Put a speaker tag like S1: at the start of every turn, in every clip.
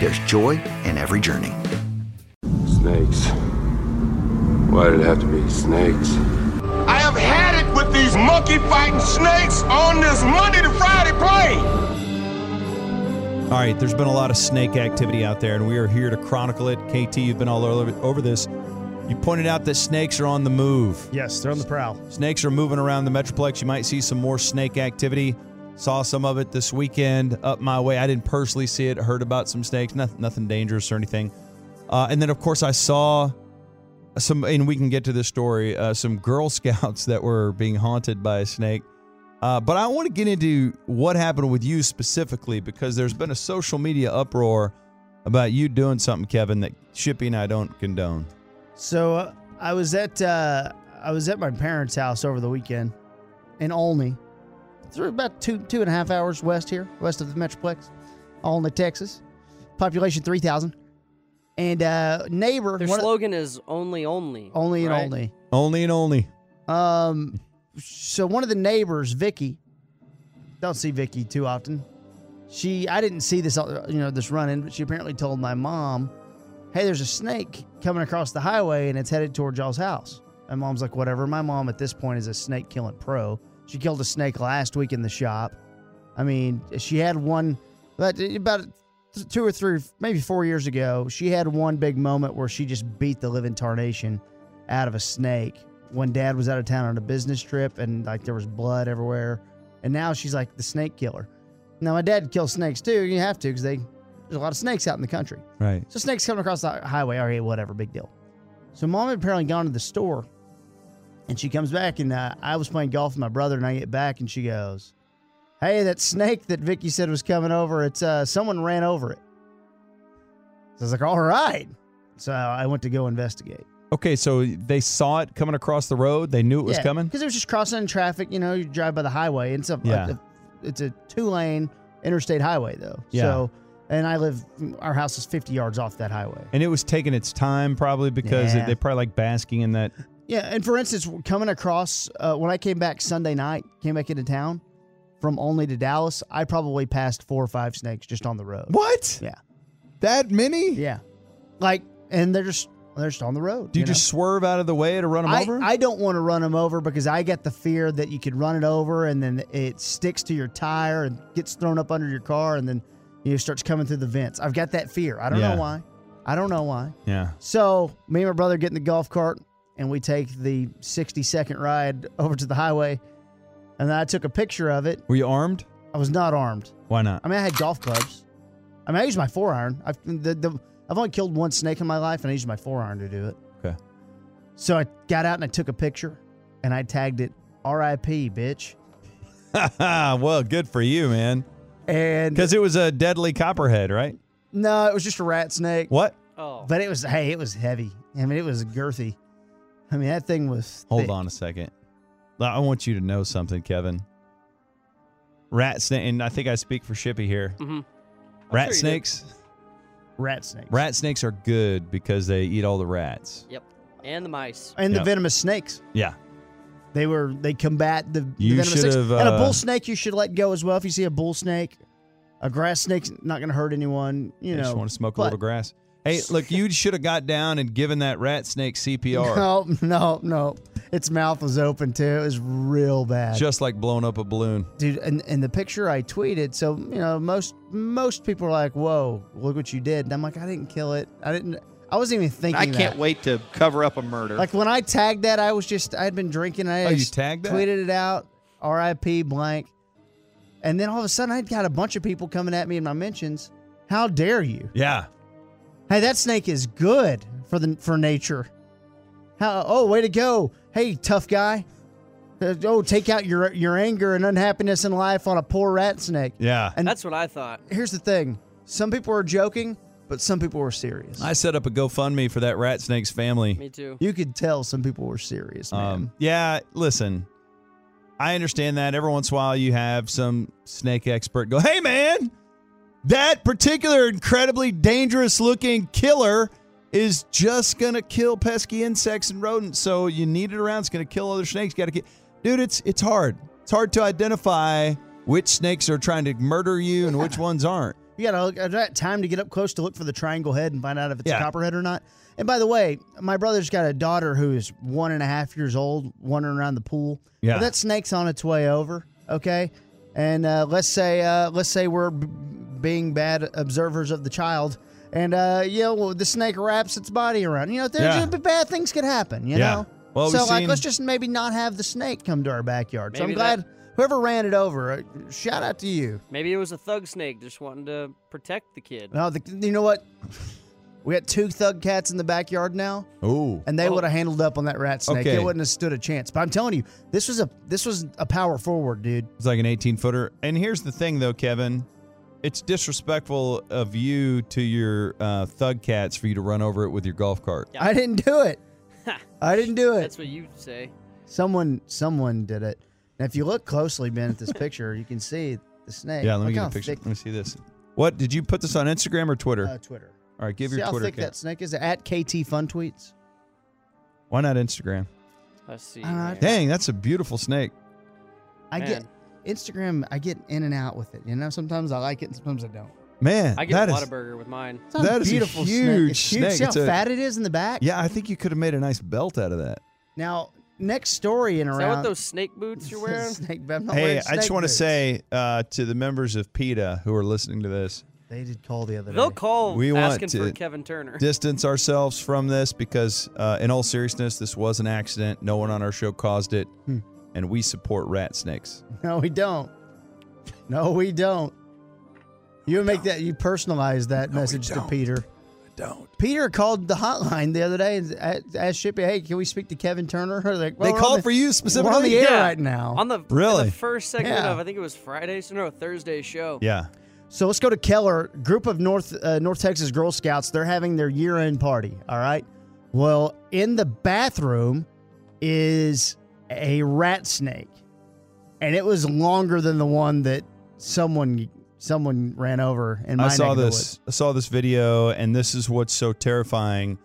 S1: there's joy in every journey.
S2: Snakes. Why did it have to be snakes?
S3: I have had it with these monkey fighting snakes on this Monday to Friday plane.
S4: All right, there's been a lot of snake activity out there, and we are here to chronicle it. KT, you've been all over, over this. You pointed out that snakes are on the move.
S5: Yes, they're on the prowl.
S4: Snakes are moving around the Metroplex. You might see some more snake activity. Saw some of it this weekend up my way. I didn't personally see it. Heard about some snakes. Nothing, nothing dangerous or anything. Uh, and then, of course, I saw some, and we can get to this story, uh, some Girl Scouts that were being haunted by a snake. Uh, but I want to get into what happened with you specifically because there's been a social media uproar about you doing something, Kevin, that Shippy and I don't condone.
S5: So uh, I was at uh, I was at my parents' house over the weekend in Olney. It's about two two and a half hours west here, west of the Metroplex, Olney, Texas. Population three thousand, and uh, neighbor
S6: Their
S5: one of-
S6: slogan is only, only.
S5: only in
S6: right?
S5: Olney.
S4: Only and only.
S5: Um, so one of the neighbors, Vicky, don't see Vicky too often. She, I didn't see this, uh, you know, this run-in, but she apparently told my mom, "Hey, there's a snake coming across the highway and it's headed toward y'all's house." And mom's like, "Whatever." My mom at this point is a snake killing pro. She killed a snake last week in the shop. I mean, she had one about, about th- two or three, maybe four years ago. She had one big moment where she just beat the living tarnation out of a snake when dad was out of town on a business trip and like there was blood everywhere. And now she's like the snake killer. Now, my dad kills snakes too. You have to because they, there's a lot of snakes out in the country.
S4: Right.
S5: So snakes coming across the highway. All right, whatever, big deal. So mom had apparently gone to the store, and she comes back, and uh, I was playing golf with my brother, and I get back, and she goes, "Hey, that snake that Vicky said was coming over, it's uh, someone ran over it." So I was like, "All right." So I went to go investigate.
S4: Okay, so they saw it coming across the road. They knew it was coming.
S5: because it was just crossing in traffic. You know, you drive by the highway, and it's a,
S4: Yeah.
S5: it's a two lane interstate highway though.
S4: Yeah.
S5: So, and I live, our house is fifty yards off that highway.
S4: And it was taking its time probably because
S5: Yeah.
S4: they probably like basking in that.
S5: Yeah, and for instance, coming across uh, when I came back Sunday night, came back into town from only to Dallas, I probably passed four or five snakes just on the road.
S4: What?
S5: Yeah,
S4: That many?
S5: yeah, like, and they're just they're just on the road.
S4: Do you,
S5: know?
S4: just swerve out of the way to run them
S5: I,
S4: over?
S5: I don't want to run them over because I get the fear that you could run it over and then it sticks to your tire and gets thrown up under your car and then you know starts coming through the vents. I've got that fear. I don't
S4: Yeah.
S5: know why. I don't know why.
S4: yeah.
S5: So me and my brother get in the golf cart and we take the 60 second ride over to the highway. And then I took a picture of it.
S4: Were you armed?
S5: I was not armed.
S4: Why not?
S5: I mean, I had golf clubs. I mean, I used my four iron. I've the, the I've only killed one snake in my life, and I used my four iron to do it.
S4: Okay.
S5: So I got out and I took a picture, and I tagged it "R.I.P. bitch."
S4: well, good for you, man.
S5: And
S4: Because it was a deadly copperhead, right?
S5: no, it was just a rat snake.
S4: What?
S6: Oh.
S5: But it was hey, it was heavy. I mean, it was girthy. I mean, that thing was.
S4: Hold
S5: thick.
S4: on a second. I want you to know something, Kevin. Rat snake, and I think I speak for Shippy here.
S6: Mhm.
S4: Rat
S6: sure you do.
S4: snakes.
S5: Rat snakes.
S4: Rat snakes are good because they eat all the rats.
S6: Yep. And the mice.
S5: and
S4: Yeah.
S5: the venomous snakes.
S4: Yeah.
S5: They were they combat the, the
S4: You
S5: venomous
S4: should
S5: snakes.
S4: have,
S5: and a
S4: uh,
S5: bull snake you should let go as well. If you see a bull snake, a grass snake's not going to hurt anyone. You
S4: You
S5: know,
S4: just want to smoke a
S5: but-
S4: little grass. Hey, look, you should have got down and given that rat snake CPR,
S5: No, no, no. Its mouth was open too. It was real bad,
S4: just like blowing up a balloon.
S5: dude. And, and the picture I tweeted. So you know, most most people are like, "Whoa, look what you did." And I'm like, "I didn't kill it. I didn't. I wasn't even thinking.
S7: I can't
S5: that.
S7: wait to cover up a murder.
S5: Like when I tagged that, I was just I had been drinking. I
S4: Oh, you
S5: just
S4: tagged that?
S5: tweeted it out. R.I.P. blank. And then all of a sudden, I'd got a bunch of people coming at me in my mentions. How dare you?
S4: Yeah.
S5: Hey, that snake is good for the for nature. How? Oh, way to go! Hey, tough guy. Uh, oh, take out your your anger and unhappiness in life on a poor rat snake.
S4: Yeah.
S5: And
S6: That's what I thought.
S5: here's the thing: some people are joking, but some people were serious.
S4: I set up a GoFundMe for that rat snake's family.
S6: Me too.
S5: you could tell some people were serious, man.
S4: Um, yeah, listen, I understand that. Every once in a while, you have some snake expert go, hey, man, that particular incredibly dangerous looking killer is just going to kill pesky insects and rodents. So you need it around. It's going to kill other snakes. Got to get. Dude, it's, it's hard. It's hard to identify which snakes are trying to murder you and which ones aren't.
S5: You gotta look at that time to get up close to look for the triangle head and find out if it's
S4: Yeah.
S5: a copperhead or not. And by the way, my brother's got a daughter who is one and a half years old wandering around the pool.
S4: Yeah.
S5: Well, that snake's on its way over. Okay, and uh, let's say uh, let's say we're b- being bad observers of the child, and uh, you know the snake wraps its body around. You know, there's
S4: Yeah.
S5: bad things could happen. You
S4: Yeah.
S5: know.
S4: Well,
S5: so
S4: we've
S5: like,
S4: seen-
S5: let's just maybe not have the snake come to our backyard. so I'm
S6: Maybe
S5: glad
S6: that-
S5: whoever ran it over. Uh, shout out to you.
S6: Maybe it was a thug snake just wanting to protect the kid.
S5: No, the, you know what? We got two thug cats in the backyard now,
S4: Oh,
S5: and they would have handled up on that rat snake.
S4: Okay.
S5: It wouldn't have stood a chance. But I'm telling you, this was a this was a power forward, dude.
S4: It's like an 18 footer. And here's the thing, though, Kevin. It's disrespectful of you to your uh, thug cats for you to run over it with your golf cart.
S6: Yeah.
S5: I didn't do it. I didn't do it.
S6: That's what you say.
S5: Someone someone did it. And if you look closely, Ben, at this picture, you can see the snake.
S4: Yeah, let me
S5: Look
S4: get
S5: how
S4: a picture.
S5: thick-
S4: Let me see this. What did you put this on Instagram or Twitter?
S5: uh, Twitter.
S4: All right, give
S5: see
S4: your
S5: how
S4: Twitter.
S5: thick
S4: account.
S5: that snake is at KT Fun Tweets.
S4: Why not Instagram?
S6: Let's see.
S5: Uh,
S6: here.
S4: Dang, that's a beautiful snake.
S5: I get
S6: Man.
S5: Instagram. I get in and out with it. You know, sometimes I like it, and sometimes I don't.
S4: Man,
S6: I get
S4: that
S6: a
S4: is-
S6: Whataburger with mine.
S5: It's not
S4: That is a
S5: beautiful
S4: huge
S5: snake. It's huge.
S4: snake.
S5: See how
S4: It's a-
S5: fat it is in the back.
S4: Yeah, I think you could have made a nice belt out of that.
S5: Now, next story in
S6: Is
S5: around.
S6: that what those snake boots you're wearing?
S5: Snake, but I'm not
S4: Hey,
S5: wearing
S4: I just
S5: snake
S4: want to
S5: boots.
S4: say uh, to the members of PETA who are listening to this,
S5: they did call the other
S6: They'll
S5: day.
S6: call
S4: We want
S6: asking
S4: to-
S6: for Kevin Turner.
S4: distance ourselves from this because, uh, in all seriousness, this was an accident. No one on our show caused it,
S5: Hmm.
S4: and we support rat snakes.
S5: No, we don't. No, we don't. You make that. You personalize that message to Peter.
S4: Don't.
S5: Peter called the hotline the other day and a- asked Shippy, "Hey, can we speak to Kevin Turner?" They're like, well,
S4: They
S5: we're
S4: called
S5: on the-
S4: for you
S5: We're on
S4: specifically?
S5: the air
S6: Yeah.
S5: right now.
S6: On the, in
S4: Really?
S6: the first segment
S5: Yeah.
S6: of, I think it was Friday's, no, Thursday's show.
S4: Yeah.
S5: So let's go to Keller. Group of North uh, North Texas Girl Scouts. They're having their year-end party. All right. Well, in the bathroom is a rat snake, and it was longer than the one that someone someone ran over. In my
S4: I saw
S5: neck of the
S4: this. I saw this video, and this is what's so terrifying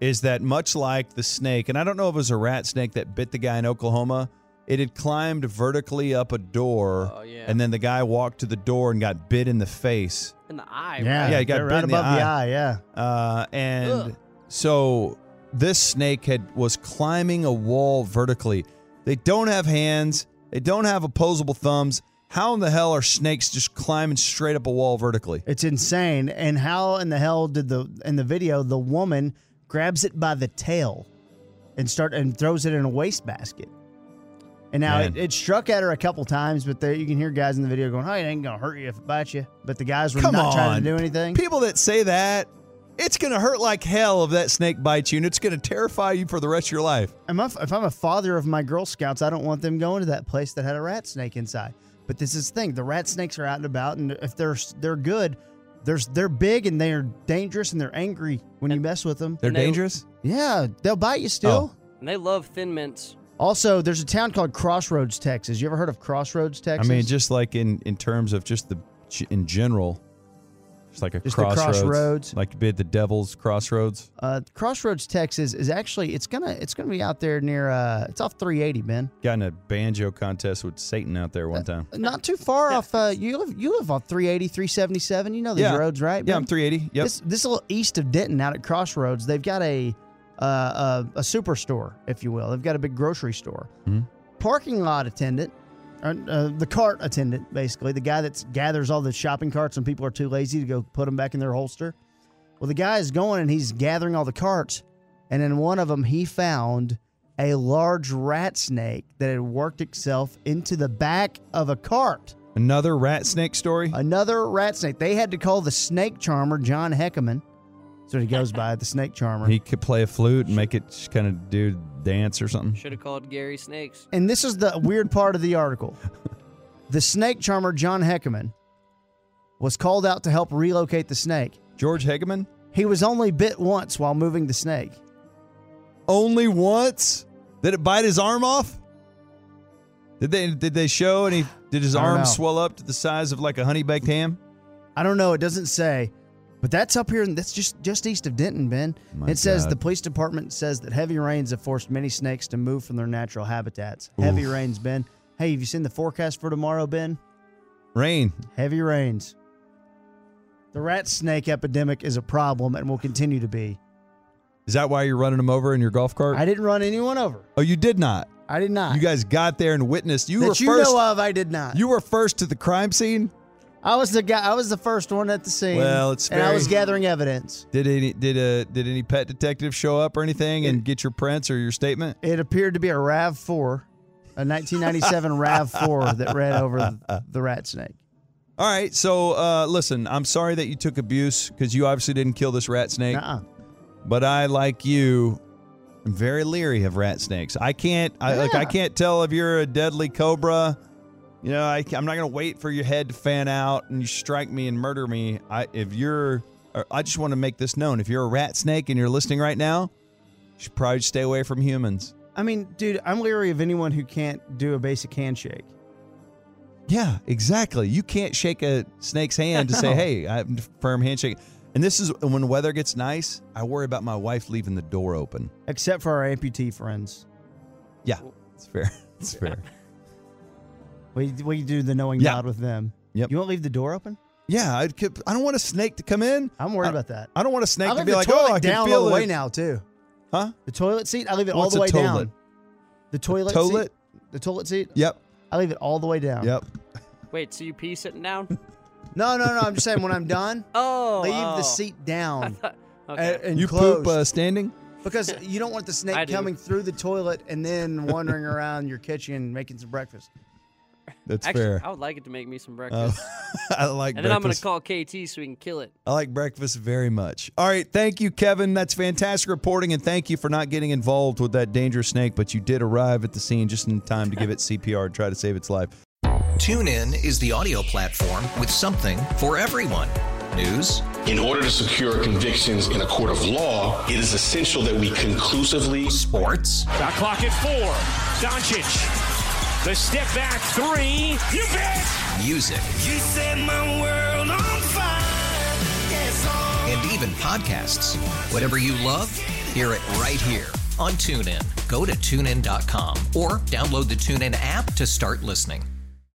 S4: is that much like the snake, and I don't know if it was a rat snake that bit the guy in Oklahoma, it had climbed vertically up a door,
S6: Oh, yeah.
S4: and then the guy walked to the door and got bit in the face.
S6: In the eye.
S5: woods. Yeah,
S6: Right?
S4: Yeah, it got
S5: they're
S4: bit
S5: right
S4: in the
S5: above the
S4: eye.
S5: eye. Yeah,
S4: Uh, and
S6: Ugh.
S4: so this snake had was climbing a wall vertically. They don't have hands. They don't have opposable thumbs. How in the hell are snakes just climbing straight up a wall vertically?
S5: it's insane. And how in the hell did the in the video the woman grabs it by the tail and start and throws it in a wastebasket? And now
S4: Man.
S5: it, it struck at her a couple times, but there you can hear guys in the video going, "Oh, it ain't gonna hurt you if it bites you." But the guys were
S4: Come
S5: not
S4: on.
S5: trying to do anything.
S4: People that say that, it's going to hurt like hell if that snake bites you, and it's going to terrify you for the rest of your life.
S5: Am I- if I'm a father of my Girl Scouts, I don't want them going to that place that had a rat snake inside. But this is the thing: the rat snakes are out and about, and if they're they're good, there's they're big and they're dangerous and they're angry when you mess with them.
S4: They're
S6: And they-
S4: dangerous?
S5: Yeah, they'll bite you still.
S4: Oh.
S6: And they love Thin Mints.
S5: Also, there's a town called Crossroads, Texas. You ever heard of Crossroads,
S4: I
S5: Texas?
S4: mean, just like in, in terms of just the, in general, just like a
S5: Just the
S4: crossroads.
S5: crossroads.
S4: Like bid the devil's crossroads.
S5: uh, Crossroads, Texas is actually it's gonna it's gonna be out there near uh it's off 380, Ben.
S4: Got in a banjo contest with Satan out there one time.
S5: Not too far off. Uh, you live you live off 380, 377. You know these
S4: Yeah.
S5: roads, right?
S4: Yeah,
S5: Ben?
S4: I'm 380. Yep.
S5: This this little east of Denton, out at Crossroads, they've got a uh, a, a superstore, if you will. They've got a big grocery store. Parking lot attendant, or, uh, the cart attendant, basically the guy that gathers all the shopping carts when people are too lazy to go put them back in their holster, Well, the guy is going and he's gathering all the carts, and in one of them he found a large rat snake that had worked itself into the back of a cart.
S4: Another rat snake story.
S5: Another rat snake. They had to call the snake charmer John Heckerman. So he goes by the snake charmer.
S4: He could play a flute and make it kind of do dance or something.
S6: Should have called Gary Snakes.
S5: and this is the weird part of the article. The snake charmer John Heckerman was called out to help relocate the snake.
S4: George Hegeman?
S5: He was only bit once while moving the snake.
S4: Only once? Did it bite his arm off? Did they did they show and he did his
S5: I don't
S4: arm
S5: know.
S4: swell up to the size of like a honey baked ham?
S5: I don't know. It doesn't say, but that's up here, and that's just just east of Denton, Ben.
S4: My
S5: it says
S4: God.
S5: the police department says that heavy rains have forced many snakes to move from their natural habitats. Heavy rains, Ben. Hey, have you seen the forecast for tomorrow, Ben?
S4: Rain.
S5: Heavy rains. The rat snake epidemic is a problem and will continue to be.
S4: Is that why you're running him over in your golf cart?
S5: I didn't run anyone over.
S4: oh, you did not.
S5: I did not.
S4: You guys got there and witnessed. You
S5: that
S4: were
S5: you
S4: first.
S5: know of, I did not.
S4: you were first to the crime scene.
S5: I was the guy. I was the first one at the scene.
S4: Well, it's
S5: and I
S4: very-
S5: was gathering evidence.
S4: Did any did a did any pet detective show up or anything and get your prints or your statement?
S5: It appeared to be a Rav Four, a 1997 Rav Four that ran over the rat snake.
S4: All right, so uh, listen, I'm sorry that you took abuse because you obviously didn't kill this rat snake.
S5: Nuh-uh.
S4: but I, like you, am very leery of rat snakes. I can't, I, like, I can't tell if you're a deadly cobra. You know, I, am not gonna wait for your head to fan out and you strike me and murder me. I, if you're, or I just want to make this known. If you're a rat snake and you're listening right now, you should probably stay away from humans.
S5: I mean, dude, I'm leery of anyone who can't do a basic handshake.
S4: Yeah, exactly. You can't shake a snake's hand to say, "Hey, I have a firm handshake." And this is when the weather gets nice. I worry about my wife leaving the door open.
S5: Except for our amputee friends.
S4: Yeah, it's fair. It's fair.
S5: We, we do the knowing
S4: Yeah.
S5: God with them.
S4: Yep.
S5: You won't leave the door open?
S4: Yeah, I could, I don't want a snake to come in.
S5: I'm worried
S4: I-
S5: about that.
S4: I don't want a snake
S5: I
S4: to
S5: leave
S4: be
S5: the
S4: like,
S5: toilet
S4: "Oh, I
S5: down
S4: can feel
S5: all the
S4: it."
S5: way now too.
S4: Huh?
S5: The toilet seat, I leave it all
S4: What's
S5: the
S4: a
S5: way
S4: toilet?
S5: down. The toilet
S4: toilet?
S5: seat. The toilet seat.
S4: Yep.
S5: I leave it all the way down.
S4: Yep.
S6: Wait, so you pee sitting down?
S5: No, no, no. I'm just saying when I'm done,
S6: Oh,
S5: leave
S6: oh.
S5: the seat down.
S6: Okay.
S5: and, and
S4: you
S5: closed.
S4: poop uh, standing?
S5: Because you don't want the
S6: I
S5: snake
S6: do.
S5: coming through the toilet and then wandering around your kitchen making some breakfast.
S4: That's
S6: Actually,
S4: fair.
S6: I would like it to make me some breakfast,
S4: I like
S6: and then I'm gonna
S4: breakfast.
S6: call KT so we can kill it.
S4: I like breakfast very much. All right, thank you, Kevin. That's fantastic reporting, and thank you for not getting involved with that dangerous snake. But you did arrive at the scene just in time to give it CPR and try to save its life.
S7: TuneIn is the audio platform with something for everyone. News,
S8: In order to secure convictions in a court of law, it is essential that we conclusively.
S7: sports,
S9: The clock at four. Doncic. The step back three. You bet.
S7: music,
S9: You set my world on fire. Yes, oh.
S7: and even podcasts. Whatever you love, hear it right here on TuneIn. Go to tunein.com or download the TuneIn app to start listening.